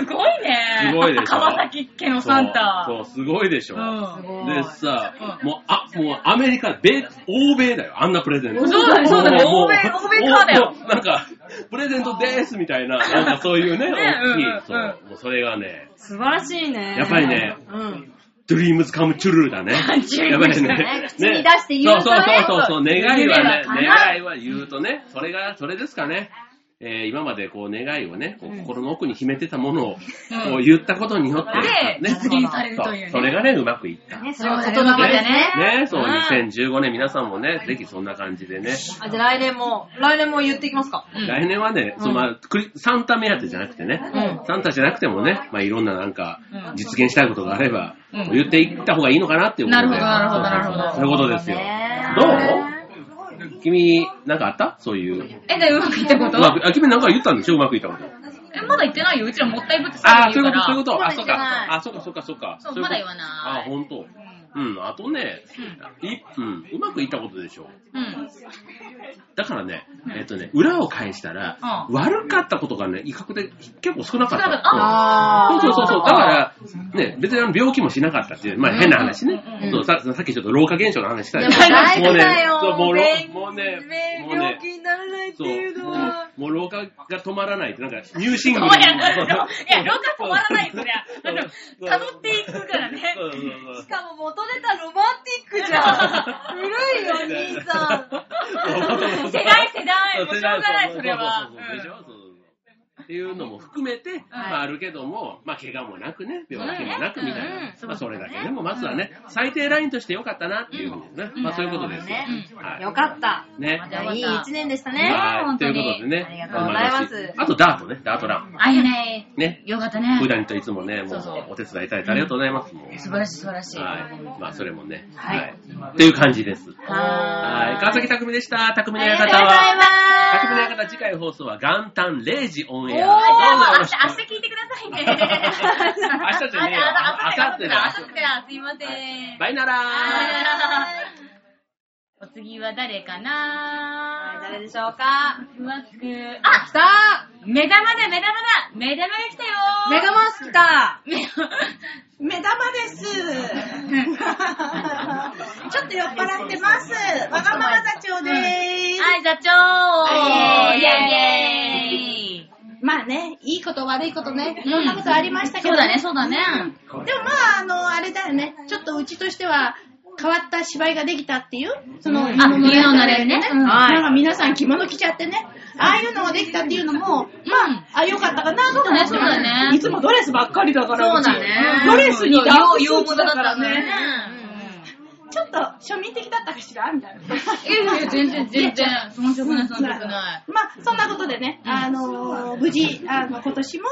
[SPEAKER 1] ね。
[SPEAKER 7] すごいでしょ
[SPEAKER 1] 川崎家のサンタ。
[SPEAKER 7] そう、そうすごいでしょ。
[SPEAKER 1] うん。
[SPEAKER 7] でさ、もう、あ、もうアメリカ、米、欧米だよ、あんなプレゼント。
[SPEAKER 1] そうだねそうだね
[SPEAKER 7] も
[SPEAKER 1] 欧米欧米からだよ
[SPEAKER 7] もうなんか、プレゼントでーすみたいな、なんかそういうね、大きい、
[SPEAKER 1] うんうんうん
[SPEAKER 7] そう、もうそれがね、
[SPEAKER 6] 素晴らしいね。
[SPEAKER 7] やっぱりね、
[SPEAKER 6] うん。
[SPEAKER 7] dreams come true
[SPEAKER 1] *laughs*
[SPEAKER 7] だね。やっぱりね。
[SPEAKER 2] 口に出して言うとね
[SPEAKER 7] そうそうそうそう、願いはね、
[SPEAKER 2] 夢が叶う
[SPEAKER 7] 願いは言うとね、それが、それですかね。えー今までこう願いをね、こう心の奥に秘めてたものを、こう言ったことによって、ね
[SPEAKER 1] で、実現されるという
[SPEAKER 7] そうそれ
[SPEAKER 1] ね。
[SPEAKER 7] がね、うまくいった。
[SPEAKER 2] ね、それを言葉でね。
[SPEAKER 7] ね、そう、
[SPEAKER 1] うん
[SPEAKER 7] 2015年皆さんもね、ぜひそんな感じでね。
[SPEAKER 6] あ、じゃあ来年も、来年も言っていきます
[SPEAKER 2] *laughs*
[SPEAKER 6] か。
[SPEAKER 1] うん
[SPEAKER 7] 来年はね、そのまあクリサンタ目当てじゃなくてね、サンタじゃなくてもね、まあいろんななんか
[SPEAKER 1] う、ん
[SPEAKER 7] 実現したいことがあれば、
[SPEAKER 1] うん
[SPEAKER 7] 言っていった方がいいのかなっていうこと
[SPEAKER 1] なる
[SPEAKER 7] で。
[SPEAKER 1] ほどなるほどなるほど
[SPEAKER 7] そうそうそうそういうことですよ。どう君、なんかあったそういう。
[SPEAKER 1] え、で、うまくいったこ
[SPEAKER 7] う
[SPEAKER 1] と
[SPEAKER 7] まくあ、君なんか言ったんでしょうまくいったこと。
[SPEAKER 1] え、まだ言ってないよ。うちらもったいぶって
[SPEAKER 7] あ
[SPEAKER 1] さ
[SPEAKER 7] あ、そういうこと、そういう
[SPEAKER 1] う
[SPEAKER 7] こと。あ、
[SPEAKER 2] まだ
[SPEAKER 7] そ
[SPEAKER 2] 言
[SPEAKER 7] う
[SPEAKER 2] って
[SPEAKER 7] か
[SPEAKER 2] ない。
[SPEAKER 7] あ、そうか、そうか、そうか。
[SPEAKER 1] そう
[SPEAKER 7] いこと
[SPEAKER 1] まだ言わない
[SPEAKER 7] あ、ほんと。うん、あとね、いうん、うまくいったことでしょう。
[SPEAKER 1] うん。
[SPEAKER 7] だからね、えっとね、裏を返したら、悪かったことがね、威嚇で結構少なかった。
[SPEAKER 1] 少なかった
[SPEAKER 7] うんそうそうそうそう。だから、ね、別にあの病気もしなかったっていう、まあ変な話ね。そうささっきちょっと老化現象の話した
[SPEAKER 2] いやもう大事だよ
[SPEAKER 7] もう
[SPEAKER 2] 免
[SPEAKER 7] ね、そうもうろもうね、もう
[SPEAKER 6] 病
[SPEAKER 7] ね、
[SPEAKER 6] 気にならないって
[SPEAKER 7] そう
[SPEAKER 6] いうのは。、
[SPEAKER 7] もうもう老化が止まらないって、なんか入信
[SPEAKER 1] そ
[SPEAKER 7] 具
[SPEAKER 1] う
[SPEAKER 7] み
[SPEAKER 1] や
[SPEAKER 7] た
[SPEAKER 1] な。
[SPEAKER 7] いない
[SPEAKER 1] や、老化止まらないよ、そりゃ。あの、
[SPEAKER 7] そう
[SPEAKER 1] 辿っていくからね。
[SPEAKER 7] そうそうそう
[SPEAKER 6] しかも元ネタロマンティックじゃん。古いよ、兄さん。
[SPEAKER 1] 世代世代、もうしょうがない、それは。
[SPEAKER 7] そうそうそうでしょそうそうそうっていうのも含めて、まああるけども、まあ怪我もなくね、病気もなくみたいな、まあそれだけでも、まずはね、最低ラインとしてよかったなっていうふうにね、まあそういうことですよ。
[SPEAKER 2] なるほどね
[SPEAKER 7] はい
[SPEAKER 2] よかった。
[SPEAKER 7] ね。
[SPEAKER 2] じゃあいい一年でしたね。
[SPEAKER 7] はい。
[SPEAKER 1] 本
[SPEAKER 7] と
[SPEAKER 1] 当
[SPEAKER 7] い
[SPEAKER 1] に
[SPEAKER 7] うことでね。
[SPEAKER 2] ありがとうございます
[SPEAKER 7] 頑張ってほしあとダートね、ダートラン。
[SPEAKER 1] あ、いいね。
[SPEAKER 7] ね。
[SPEAKER 1] よかったね
[SPEAKER 7] 普。段といつもね、も
[SPEAKER 1] そう
[SPEAKER 7] う
[SPEAKER 1] そう
[SPEAKER 7] お手伝いいただいてありがとうございます。もう
[SPEAKER 1] 素晴らしい、素晴らしい。
[SPEAKER 7] はい。まあそれもね。
[SPEAKER 2] はい
[SPEAKER 7] はい。っていう感じです。
[SPEAKER 2] は
[SPEAKER 7] はい。川崎匠でした。匠の
[SPEAKER 2] ありがとう
[SPEAKER 7] 館
[SPEAKER 2] ござい
[SPEAKER 7] は。
[SPEAKER 2] ます。
[SPEAKER 7] 匠の館次回放送は元旦0時オンエア。
[SPEAKER 1] あじゃあもう
[SPEAKER 7] どうぞよ
[SPEAKER 1] 明
[SPEAKER 7] ろし
[SPEAKER 1] 日
[SPEAKER 7] く、
[SPEAKER 1] 明日聞いてくださいね。明
[SPEAKER 7] 明日じゃねえよ
[SPEAKER 1] あ、明後日だ、明後日
[SPEAKER 7] 明
[SPEAKER 1] だ、すいませ *laughs* ん。
[SPEAKER 7] バイナ
[SPEAKER 1] はい
[SPEAKER 7] ラー。
[SPEAKER 1] お次は誰かな
[SPEAKER 2] 誰でしょうか
[SPEAKER 1] ふわっくあ
[SPEAKER 6] 来た
[SPEAKER 1] 目玉だ、目玉だ目玉が来たよ
[SPEAKER 6] メガマウス来た
[SPEAKER 1] 目
[SPEAKER 4] 目玉 *laughs* です。ちょっと酔っ払ってます。わがまま座長でーす。
[SPEAKER 1] はい、座長
[SPEAKER 4] はい
[SPEAKER 1] イェイイェイ
[SPEAKER 4] まあね、いいこと悪いことね、いろんなことありましたけ
[SPEAKER 1] そ
[SPEAKER 4] ど、
[SPEAKER 1] うだね、そうだね。
[SPEAKER 4] でもまあ、あの、あれだよね、ちょっとうちとしては、変わった芝居ができたっていう、その、
[SPEAKER 1] あ、見るようになれるね。うん
[SPEAKER 4] なんか皆さん着物着ちゃってね、ああいうのができたっていうのも、
[SPEAKER 1] うん。
[SPEAKER 4] あ、よかったかなと思って。
[SPEAKER 1] そうだねそうだね
[SPEAKER 4] いつもドレスばっかりだから、
[SPEAKER 1] そうだ
[SPEAKER 4] う
[SPEAKER 1] ね。
[SPEAKER 4] ちドレスにダウンスーツだ
[SPEAKER 1] だ
[SPEAKER 4] か
[SPEAKER 1] から
[SPEAKER 4] ら
[SPEAKER 1] ね
[SPEAKER 4] ね。。ちょっと庶民的だったかしらみたい
[SPEAKER 3] *laughs*
[SPEAKER 1] い
[SPEAKER 4] な。
[SPEAKER 1] やいや、全然、全然。遜色ない、遜色ない。
[SPEAKER 4] まあ、そんなことでね、あのー無事、あの、今年も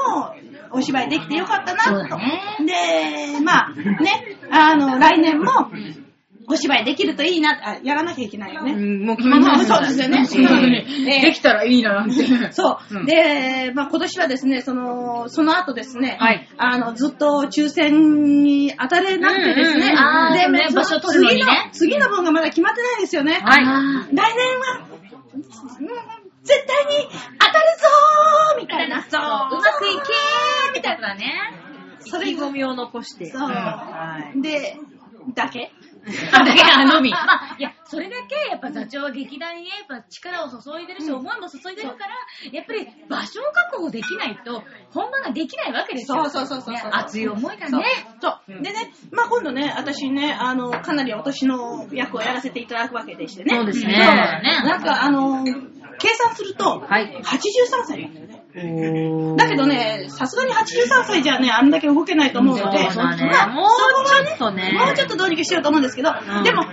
[SPEAKER 4] お芝居できてよかったなと。で、まあ、ね、あの、来年も、お芝居できるといいな、あ、やらなきゃいけないよね。
[SPEAKER 6] もう決
[SPEAKER 4] まあまあそうですよね。ええ
[SPEAKER 1] できたらいいな、なんて。
[SPEAKER 4] そう、
[SPEAKER 1] うん
[SPEAKER 4] で、まあ、今年はですね、その、その後ですね、
[SPEAKER 1] はい
[SPEAKER 4] あの、ずっと抽選に当たれなくてですね、
[SPEAKER 1] うんうんうんあー
[SPEAKER 4] で、
[SPEAKER 1] そうね
[SPEAKER 4] その
[SPEAKER 1] 場所取るのにね
[SPEAKER 4] 次の、次の分がまだ決まってないですよね。
[SPEAKER 1] はい。
[SPEAKER 4] 来年は、うん絶対に当たるぞーみたいな。
[SPEAKER 1] そう、うまくいけーみたいなね。
[SPEAKER 4] それ
[SPEAKER 6] 意気込みを残して。
[SPEAKER 4] そう、で、だけ
[SPEAKER 1] あ、だけあのみ。まあ、いや、それだけ、やっぱ座長は劇団に、やっぱ力を注いでるし、思いも注いでるから、やっぱり場所を確保できないと、本番ができないわけですよ。
[SPEAKER 4] そうそうそうそう
[SPEAKER 1] ね熱い思いだね。
[SPEAKER 4] そう。でね、まあ今度ね、私ね、あの、かなりお年の役をやらせていただくわけでしてね。
[SPEAKER 1] そうですね
[SPEAKER 4] そう
[SPEAKER 1] ね
[SPEAKER 4] なんかあの、計算すると、
[SPEAKER 1] はい
[SPEAKER 4] 83歳なんだよね。だけどね、さすがに83歳じゃね、あんだけ動けないと思うので、
[SPEAKER 1] そうだね
[SPEAKER 4] まあ
[SPEAKER 1] もう
[SPEAKER 4] そこは
[SPEAKER 1] ちょっとね
[SPEAKER 4] もうちょっとどうにかしようと思うんですけど、
[SPEAKER 1] ん
[SPEAKER 4] でも、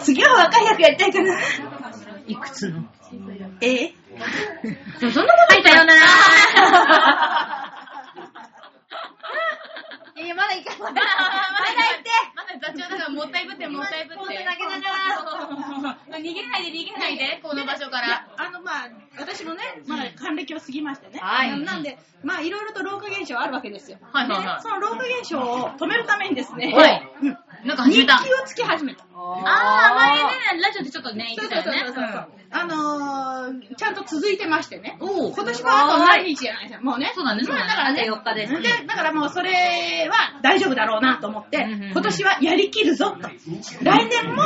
[SPEAKER 4] 次は若い役やりたいかな。
[SPEAKER 1] いくつの
[SPEAKER 4] ええ
[SPEAKER 1] でもそんなこと言ったよな
[SPEAKER 2] えー、まだ行かな
[SPEAKER 6] ま
[SPEAKER 2] い。
[SPEAKER 6] だ座長だからもったいぶってもったいぶって。
[SPEAKER 2] こうやって投げなが
[SPEAKER 6] ら。逃げないで逃げないで、この場所か
[SPEAKER 4] いや
[SPEAKER 6] ら。
[SPEAKER 4] あのまあ私もね、まあ、還暦を過ぎましてね、
[SPEAKER 1] はい
[SPEAKER 4] なんでまあいろいろと老化現象あるわけですよ、
[SPEAKER 6] はいはいはい
[SPEAKER 4] でその老化現象を止めるためにですね、
[SPEAKER 1] はい
[SPEAKER 4] うん
[SPEAKER 6] なんか始め
[SPEAKER 4] 日記
[SPEAKER 6] た。
[SPEAKER 4] をつけ始めた
[SPEAKER 1] あー、前ね、ラジオでちょっとね、言
[SPEAKER 4] そ
[SPEAKER 1] っ
[SPEAKER 4] う
[SPEAKER 1] て
[SPEAKER 4] そう
[SPEAKER 1] た
[SPEAKER 4] そうそう
[SPEAKER 1] よ
[SPEAKER 4] そう、
[SPEAKER 1] ね。
[SPEAKER 4] あのー、ちゃんと続いてましてね
[SPEAKER 1] おう
[SPEAKER 4] 今年もあと何日じゃないですかもうね
[SPEAKER 1] そうだね、そうだね。
[SPEAKER 4] だからね
[SPEAKER 2] 4日ですね
[SPEAKER 4] でだからもうそれは大丈夫だろうなと思って、
[SPEAKER 1] んうんうん
[SPEAKER 4] 今年はやりきるぞと来年も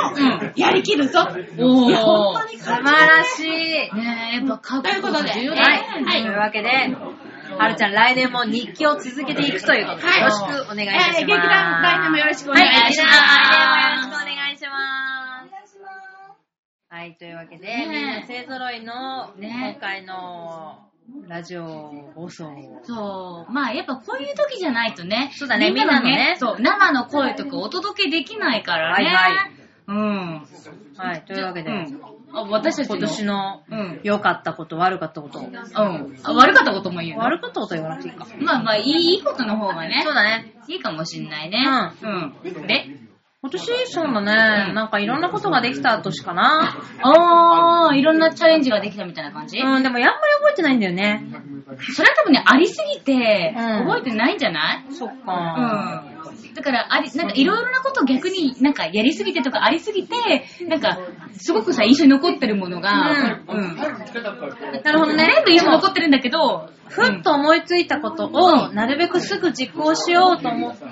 [SPEAKER 4] やりきるぞ
[SPEAKER 1] お
[SPEAKER 4] と、
[SPEAKER 1] ー
[SPEAKER 4] いや本当に
[SPEAKER 2] 素
[SPEAKER 4] 感
[SPEAKER 2] 晴
[SPEAKER 4] じ
[SPEAKER 2] らしい。
[SPEAKER 1] ねえ、やっぱ覚悟が重要だ
[SPEAKER 2] はい。
[SPEAKER 1] ね。
[SPEAKER 2] というわけで、はるちゃん来年も日記を続けていくということで、
[SPEAKER 4] はい
[SPEAKER 2] よろしくお願いいたします。
[SPEAKER 4] えー劇団来年もよろしくお願いいたします
[SPEAKER 2] はい、劇団来年もよろしくお願いします。はい、というわけで、
[SPEAKER 1] ねえ
[SPEAKER 2] みんな勢揃いの、
[SPEAKER 1] ねえ
[SPEAKER 2] 今回のラジオ放送を。
[SPEAKER 1] そう。まあ、やっぱこういう時じゃないとね。
[SPEAKER 2] そうだね
[SPEAKER 1] みんなの
[SPEAKER 2] みんなの
[SPEAKER 1] ね
[SPEAKER 2] ね。
[SPEAKER 1] そう、生の声とかお届けできないからね。
[SPEAKER 2] はいはい
[SPEAKER 1] うん。
[SPEAKER 2] はい、というわけで、
[SPEAKER 1] うん。あ私たち
[SPEAKER 2] 今年の
[SPEAKER 1] うん。
[SPEAKER 2] 良かったこと、悪かったこと。
[SPEAKER 1] うん。あ悪かったことも言うの
[SPEAKER 2] 悪かったこと言わなくていいか。
[SPEAKER 1] まあまあ、いいいいことの方がね
[SPEAKER 2] そう。だね。
[SPEAKER 1] いいかもしんないね。うん。で
[SPEAKER 2] 今年、そうだね、
[SPEAKER 1] うん
[SPEAKER 2] なんかいろんなことができた年かな。
[SPEAKER 1] あー、いろんなチャレンジができたみたいな感じ、
[SPEAKER 2] うん、でもやんまり覚えてないんだよね。
[SPEAKER 1] それは多分ね、ありすぎて、
[SPEAKER 2] うん
[SPEAKER 1] 覚えてないんじゃない
[SPEAKER 2] そっ
[SPEAKER 1] う
[SPEAKER 2] か。
[SPEAKER 1] ん。だから、あり、なんかいろいろなこと逆になんかやりすぎてとかありすぎて、なんか、すごくさ、印象に残ってるものが、うん。
[SPEAKER 2] なるほどね。
[SPEAKER 1] 全部印象に残ってるんだけど、
[SPEAKER 2] ふっと思いついたことを、なるべくすぐ実行しようと思って、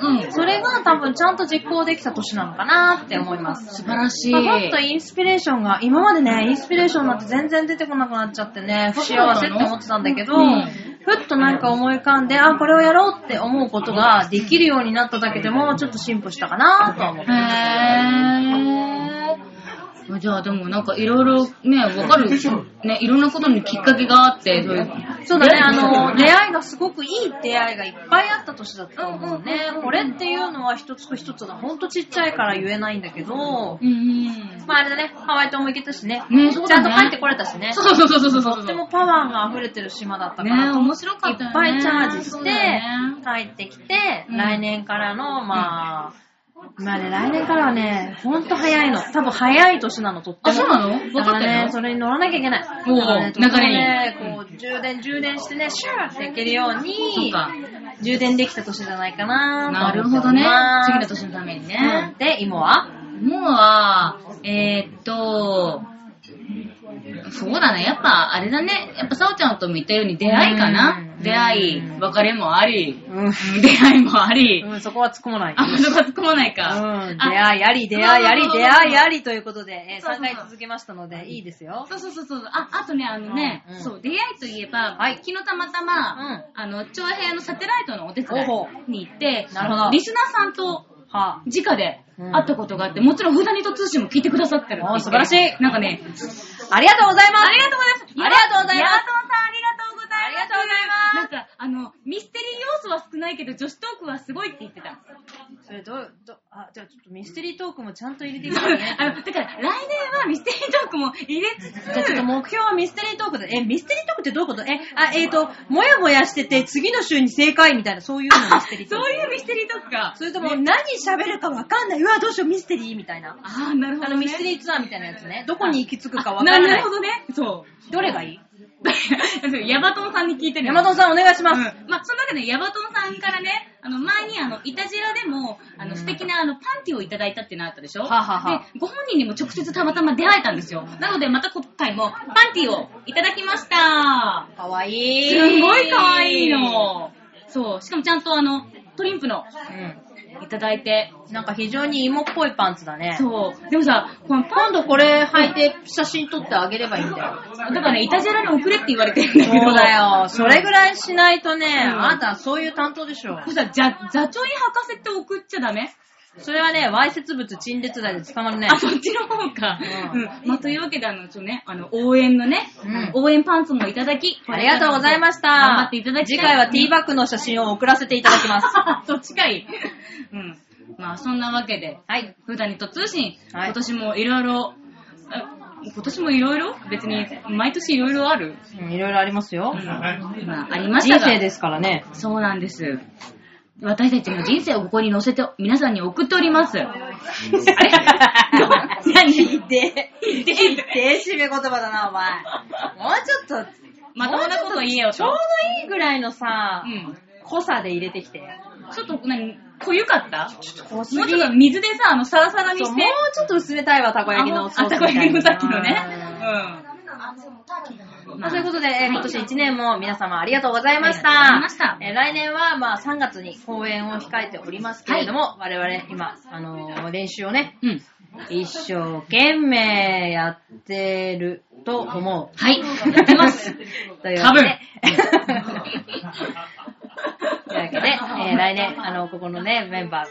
[SPEAKER 1] うんうん
[SPEAKER 2] それが多分ちゃんと実行できた年なのかなって思いま
[SPEAKER 1] 素
[SPEAKER 2] す。
[SPEAKER 1] 晴らしい。
[SPEAKER 2] まあもっとインスピレーションが、今までね、インスピレーションなんて全然出てこなくなっちゃってね、不幸せって思ってたんだけど、
[SPEAKER 1] うん
[SPEAKER 2] ふっとなんか思い浮かんで、あ、これをやろうって思うことができるようになっただけでも、ちょっと進歩したかなとは思う。
[SPEAKER 1] へー。じゃあでもなんかいろいろね、わかる。ね、いろんなことにきっかけがあって、そういう。
[SPEAKER 2] そうだね、あの、出会いがすごくいい出会いがいっぱいあった年だったと思うね。これっていうのは一つ一つがほんとちっちゃいから言えないんだけど、
[SPEAKER 1] うんうん。
[SPEAKER 2] まああれだね、ハワイ島も行けたしね、
[SPEAKER 1] ねそう
[SPEAKER 2] ちゃ
[SPEAKER 1] だ
[SPEAKER 2] ん
[SPEAKER 1] ね
[SPEAKER 2] と帰ってこれたしね、
[SPEAKER 1] そうそうそうそうそうそうそう。
[SPEAKER 2] とってもパワーが溢れてる島だったか
[SPEAKER 1] ね
[SPEAKER 2] ら、
[SPEAKER 1] 面白かっ
[SPEAKER 2] いった
[SPEAKER 1] よ
[SPEAKER 2] ぱ
[SPEAKER 1] ね。
[SPEAKER 2] いチャージし
[SPEAKER 1] そう
[SPEAKER 2] て
[SPEAKER 1] だね、
[SPEAKER 2] 帰ってきて、
[SPEAKER 1] うん
[SPEAKER 2] 来年からの、まあ、まあね、来年からはね、ほんと早いの。多分早い年なの、とっても。
[SPEAKER 1] あそうなの分かってんの
[SPEAKER 2] だらね、それに乗らなきゃいけない。
[SPEAKER 1] おう
[SPEAKER 2] だからねとっても
[SPEAKER 1] 流れに
[SPEAKER 2] ねこう、充電、充電してね、シューっていけるよう
[SPEAKER 1] そっ
[SPEAKER 2] に
[SPEAKER 1] か、
[SPEAKER 2] 充電できた年じゃないかな
[SPEAKER 1] なるほどね。次の年
[SPEAKER 2] の
[SPEAKER 1] のためにね。
[SPEAKER 2] で、今は
[SPEAKER 1] もうは、えーっと、そうだね。やっぱ、あれだね。やっぱ、さおちゃんとも言ったように出会いかな
[SPEAKER 2] う。ん
[SPEAKER 1] 出会い、別れもあり、
[SPEAKER 2] うん。
[SPEAKER 1] 出会いもあり。
[SPEAKER 2] うん、そこは突っ込まない。
[SPEAKER 1] あ、まだ突っ込まないか。
[SPEAKER 2] うん、出
[SPEAKER 1] あ
[SPEAKER 2] 会いあり、出会いあり、
[SPEAKER 1] そうそうそうそう
[SPEAKER 2] 出会いありということで、えー
[SPEAKER 1] そうそう
[SPEAKER 2] 3
[SPEAKER 1] そう
[SPEAKER 2] 回続けましたので、いいですよ。
[SPEAKER 1] そうそうそうそう。あ、あとね、あのね、
[SPEAKER 2] うん
[SPEAKER 1] そう、出会いといえば、
[SPEAKER 2] はい
[SPEAKER 1] 昨日たまたま、
[SPEAKER 2] うん
[SPEAKER 1] あの、長平のサテライトのお手伝い
[SPEAKER 2] おほ
[SPEAKER 1] に行って、
[SPEAKER 2] なるほど
[SPEAKER 1] リスナーさんと
[SPEAKER 2] は
[SPEAKER 1] 直で会ったことがあって、もちろんフーダニット通信も聞いてくださってるって言って
[SPEAKER 2] お素晴らしい
[SPEAKER 1] なんかね、
[SPEAKER 2] あ、ありがとうございます
[SPEAKER 1] ありがとうございます。
[SPEAKER 2] ありがとうござい
[SPEAKER 1] ヤマトン
[SPEAKER 2] ます
[SPEAKER 1] さんありがとうございます。
[SPEAKER 2] ありがとうございます
[SPEAKER 1] なんか、あの、ミステリー要素は少ないけど、女子トークはすごいって言ってた。
[SPEAKER 2] それどう、どう、あ、じゃあちょっとミステリートークもちゃんと入れていきた
[SPEAKER 1] *laughs*
[SPEAKER 2] いね。
[SPEAKER 1] あの、だから、来年はミステリートークも入れつつ、
[SPEAKER 2] じゃあちょっと目標はミステリートークで、え、ミステリートークってどういうことえ、あ、えっ、と、もやもやしてて次の週に正解みたいな、そういうのミステリートーク。
[SPEAKER 1] そういうミステリートークが。
[SPEAKER 2] それとも、何喋るかわかんない。うわ、どうしよう、ミステリーみたいな。
[SPEAKER 1] ああ、なるほ
[SPEAKER 2] あ
[SPEAKER 1] ど、ね。
[SPEAKER 2] の、ミステリーツアーみたいなやつね。どこに行き着くかわかん
[SPEAKER 1] な
[SPEAKER 2] ない。
[SPEAKER 1] るほどね。そ。
[SPEAKER 2] どれがいいう
[SPEAKER 1] *laughs* ヤバトンさんに聞いてる
[SPEAKER 2] 山田さんお願いしま
[SPEAKER 1] う
[SPEAKER 2] す。
[SPEAKER 1] んまあ、その中でヤバトンさんからね、あの、前にあの、イタジラでも、あの、素敵なあの、パンティをいただいたっていうのあったでしょ
[SPEAKER 2] はあはあはあ
[SPEAKER 1] で、ご本人にも直接たまたま出会えたんですよ。なので、また今回も、パンティをいただきました。
[SPEAKER 2] かわいい。
[SPEAKER 1] すんごい可愛い。の。そう、しかもちゃんとあの、トリンプの、いただいて。
[SPEAKER 2] うん。なんか非常に芋っぽいパンツだね。
[SPEAKER 1] そう。でもさ、このパ
[SPEAKER 2] 今
[SPEAKER 1] ンダ、
[SPEAKER 2] 度これ履いて写真撮ってあげればいいんだよ。
[SPEAKER 1] だからね、イタジェラに送れって言われてるんだけ
[SPEAKER 2] そ
[SPEAKER 1] ど。
[SPEAKER 2] うだよ。それぐらいしないとね、
[SPEAKER 1] ん
[SPEAKER 2] あなたそういう担当でしょ。
[SPEAKER 1] これさ、座、座長に履かせて送っちゃダメ
[SPEAKER 2] それはね、わいせつ物陳列罪で捕まるね。
[SPEAKER 1] あ、そっちの方か。う。
[SPEAKER 2] うん
[SPEAKER 1] まあ、というわけで、あの、ちょっとね、あの、応援のね、
[SPEAKER 2] うん
[SPEAKER 1] 応援パンツもいただき、
[SPEAKER 2] ありがとうございました。
[SPEAKER 1] 頑張っていただきたい
[SPEAKER 2] 次回はティーバッグの写真を送らせていただ
[SPEAKER 1] *laughs*
[SPEAKER 2] きます。
[SPEAKER 1] あそっちかい。うん。まあ、そんなわけで、はい。普段にと通信、
[SPEAKER 2] はい
[SPEAKER 1] 今年もいろいろ、あ今年もいろいろ別に、毎年いろいろある。
[SPEAKER 2] うんいろいろありますよ。
[SPEAKER 1] まあ、ありました
[SPEAKER 2] 人
[SPEAKER 1] が。
[SPEAKER 2] 生ですからね。
[SPEAKER 1] そうなんです。私たちの人生をここに載せて、皆さんに送っております。あれ何
[SPEAKER 2] ひでえ、ひでえ、締め言葉だな、お前。もうちょっと、
[SPEAKER 1] まともなこと言えよ
[SPEAKER 2] ちょう
[SPEAKER 1] と。
[SPEAKER 2] どいいぐらいのさ
[SPEAKER 1] う、ん。
[SPEAKER 2] 濃さで入れてきて。
[SPEAKER 1] ちょっと、何、濃ゆかった
[SPEAKER 2] もうち
[SPEAKER 1] も
[SPEAKER 2] ょ
[SPEAKER 1] う
[SPEAKER 2] っ
[SPEAKER 1] ちょっと水でさ、あの、サラサラにして。
[SPEAKER 2] と薄めたいわ、たこ焼きのソ
[SPEAKER 1] あ、
[SPEAKER 2] ース
[SPEAKER 1] た
[SPEAKER 2] み
[SPEAKER 1] こ
[SPEAKER 2] たいな。
[SPEAKER 1] 焼きのさっきのね。うん。
[SPEAKER 2] まあ、そういうことで、えー今年1年も皆様ありがとうございまし
[SPEAKER 1] あ
[SPEAKER 2] た。
[SPEAKER 1] りがとうございました
[SPEAKER 2] えー来年は、まあ、3月に公演を控えておりますけれども、我々今、あのー練習をね、
[SPEAKER 1] うん。
[SPEAKER 2] 一生懸命やってると思う。
[SPEAKER 1] はい。やって
[SPEAKER 2] *laughs*
[SPEAKER 1] ます。
[SPEAKER 2] というわけで。
[SPEAKER 1] 多
[SPEAKER 2] *laughs* というわけで、えー来年、あの、ここのね、メンバ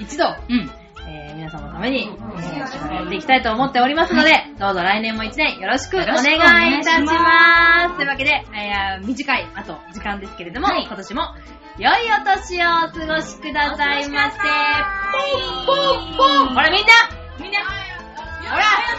[SPEAKER 2] ー、一度、
[SPEAKER 1] うん。
[SPEAKER 2] えー皆様のために、えー一生懸命やっていきたいと思っておりますので、どうぞ来年も一年よろしくお願いいたし
[SPEAKER 1] よろしくお
[SPEAKER 2] ます。というわけで、えー短い、あと、時間ですけれども、
[SPEAKER 1] はい
[SPEAKER 2] 今年も、良いお年をお過ごしくださいませ。ポンポンポンほらみんなみんなほら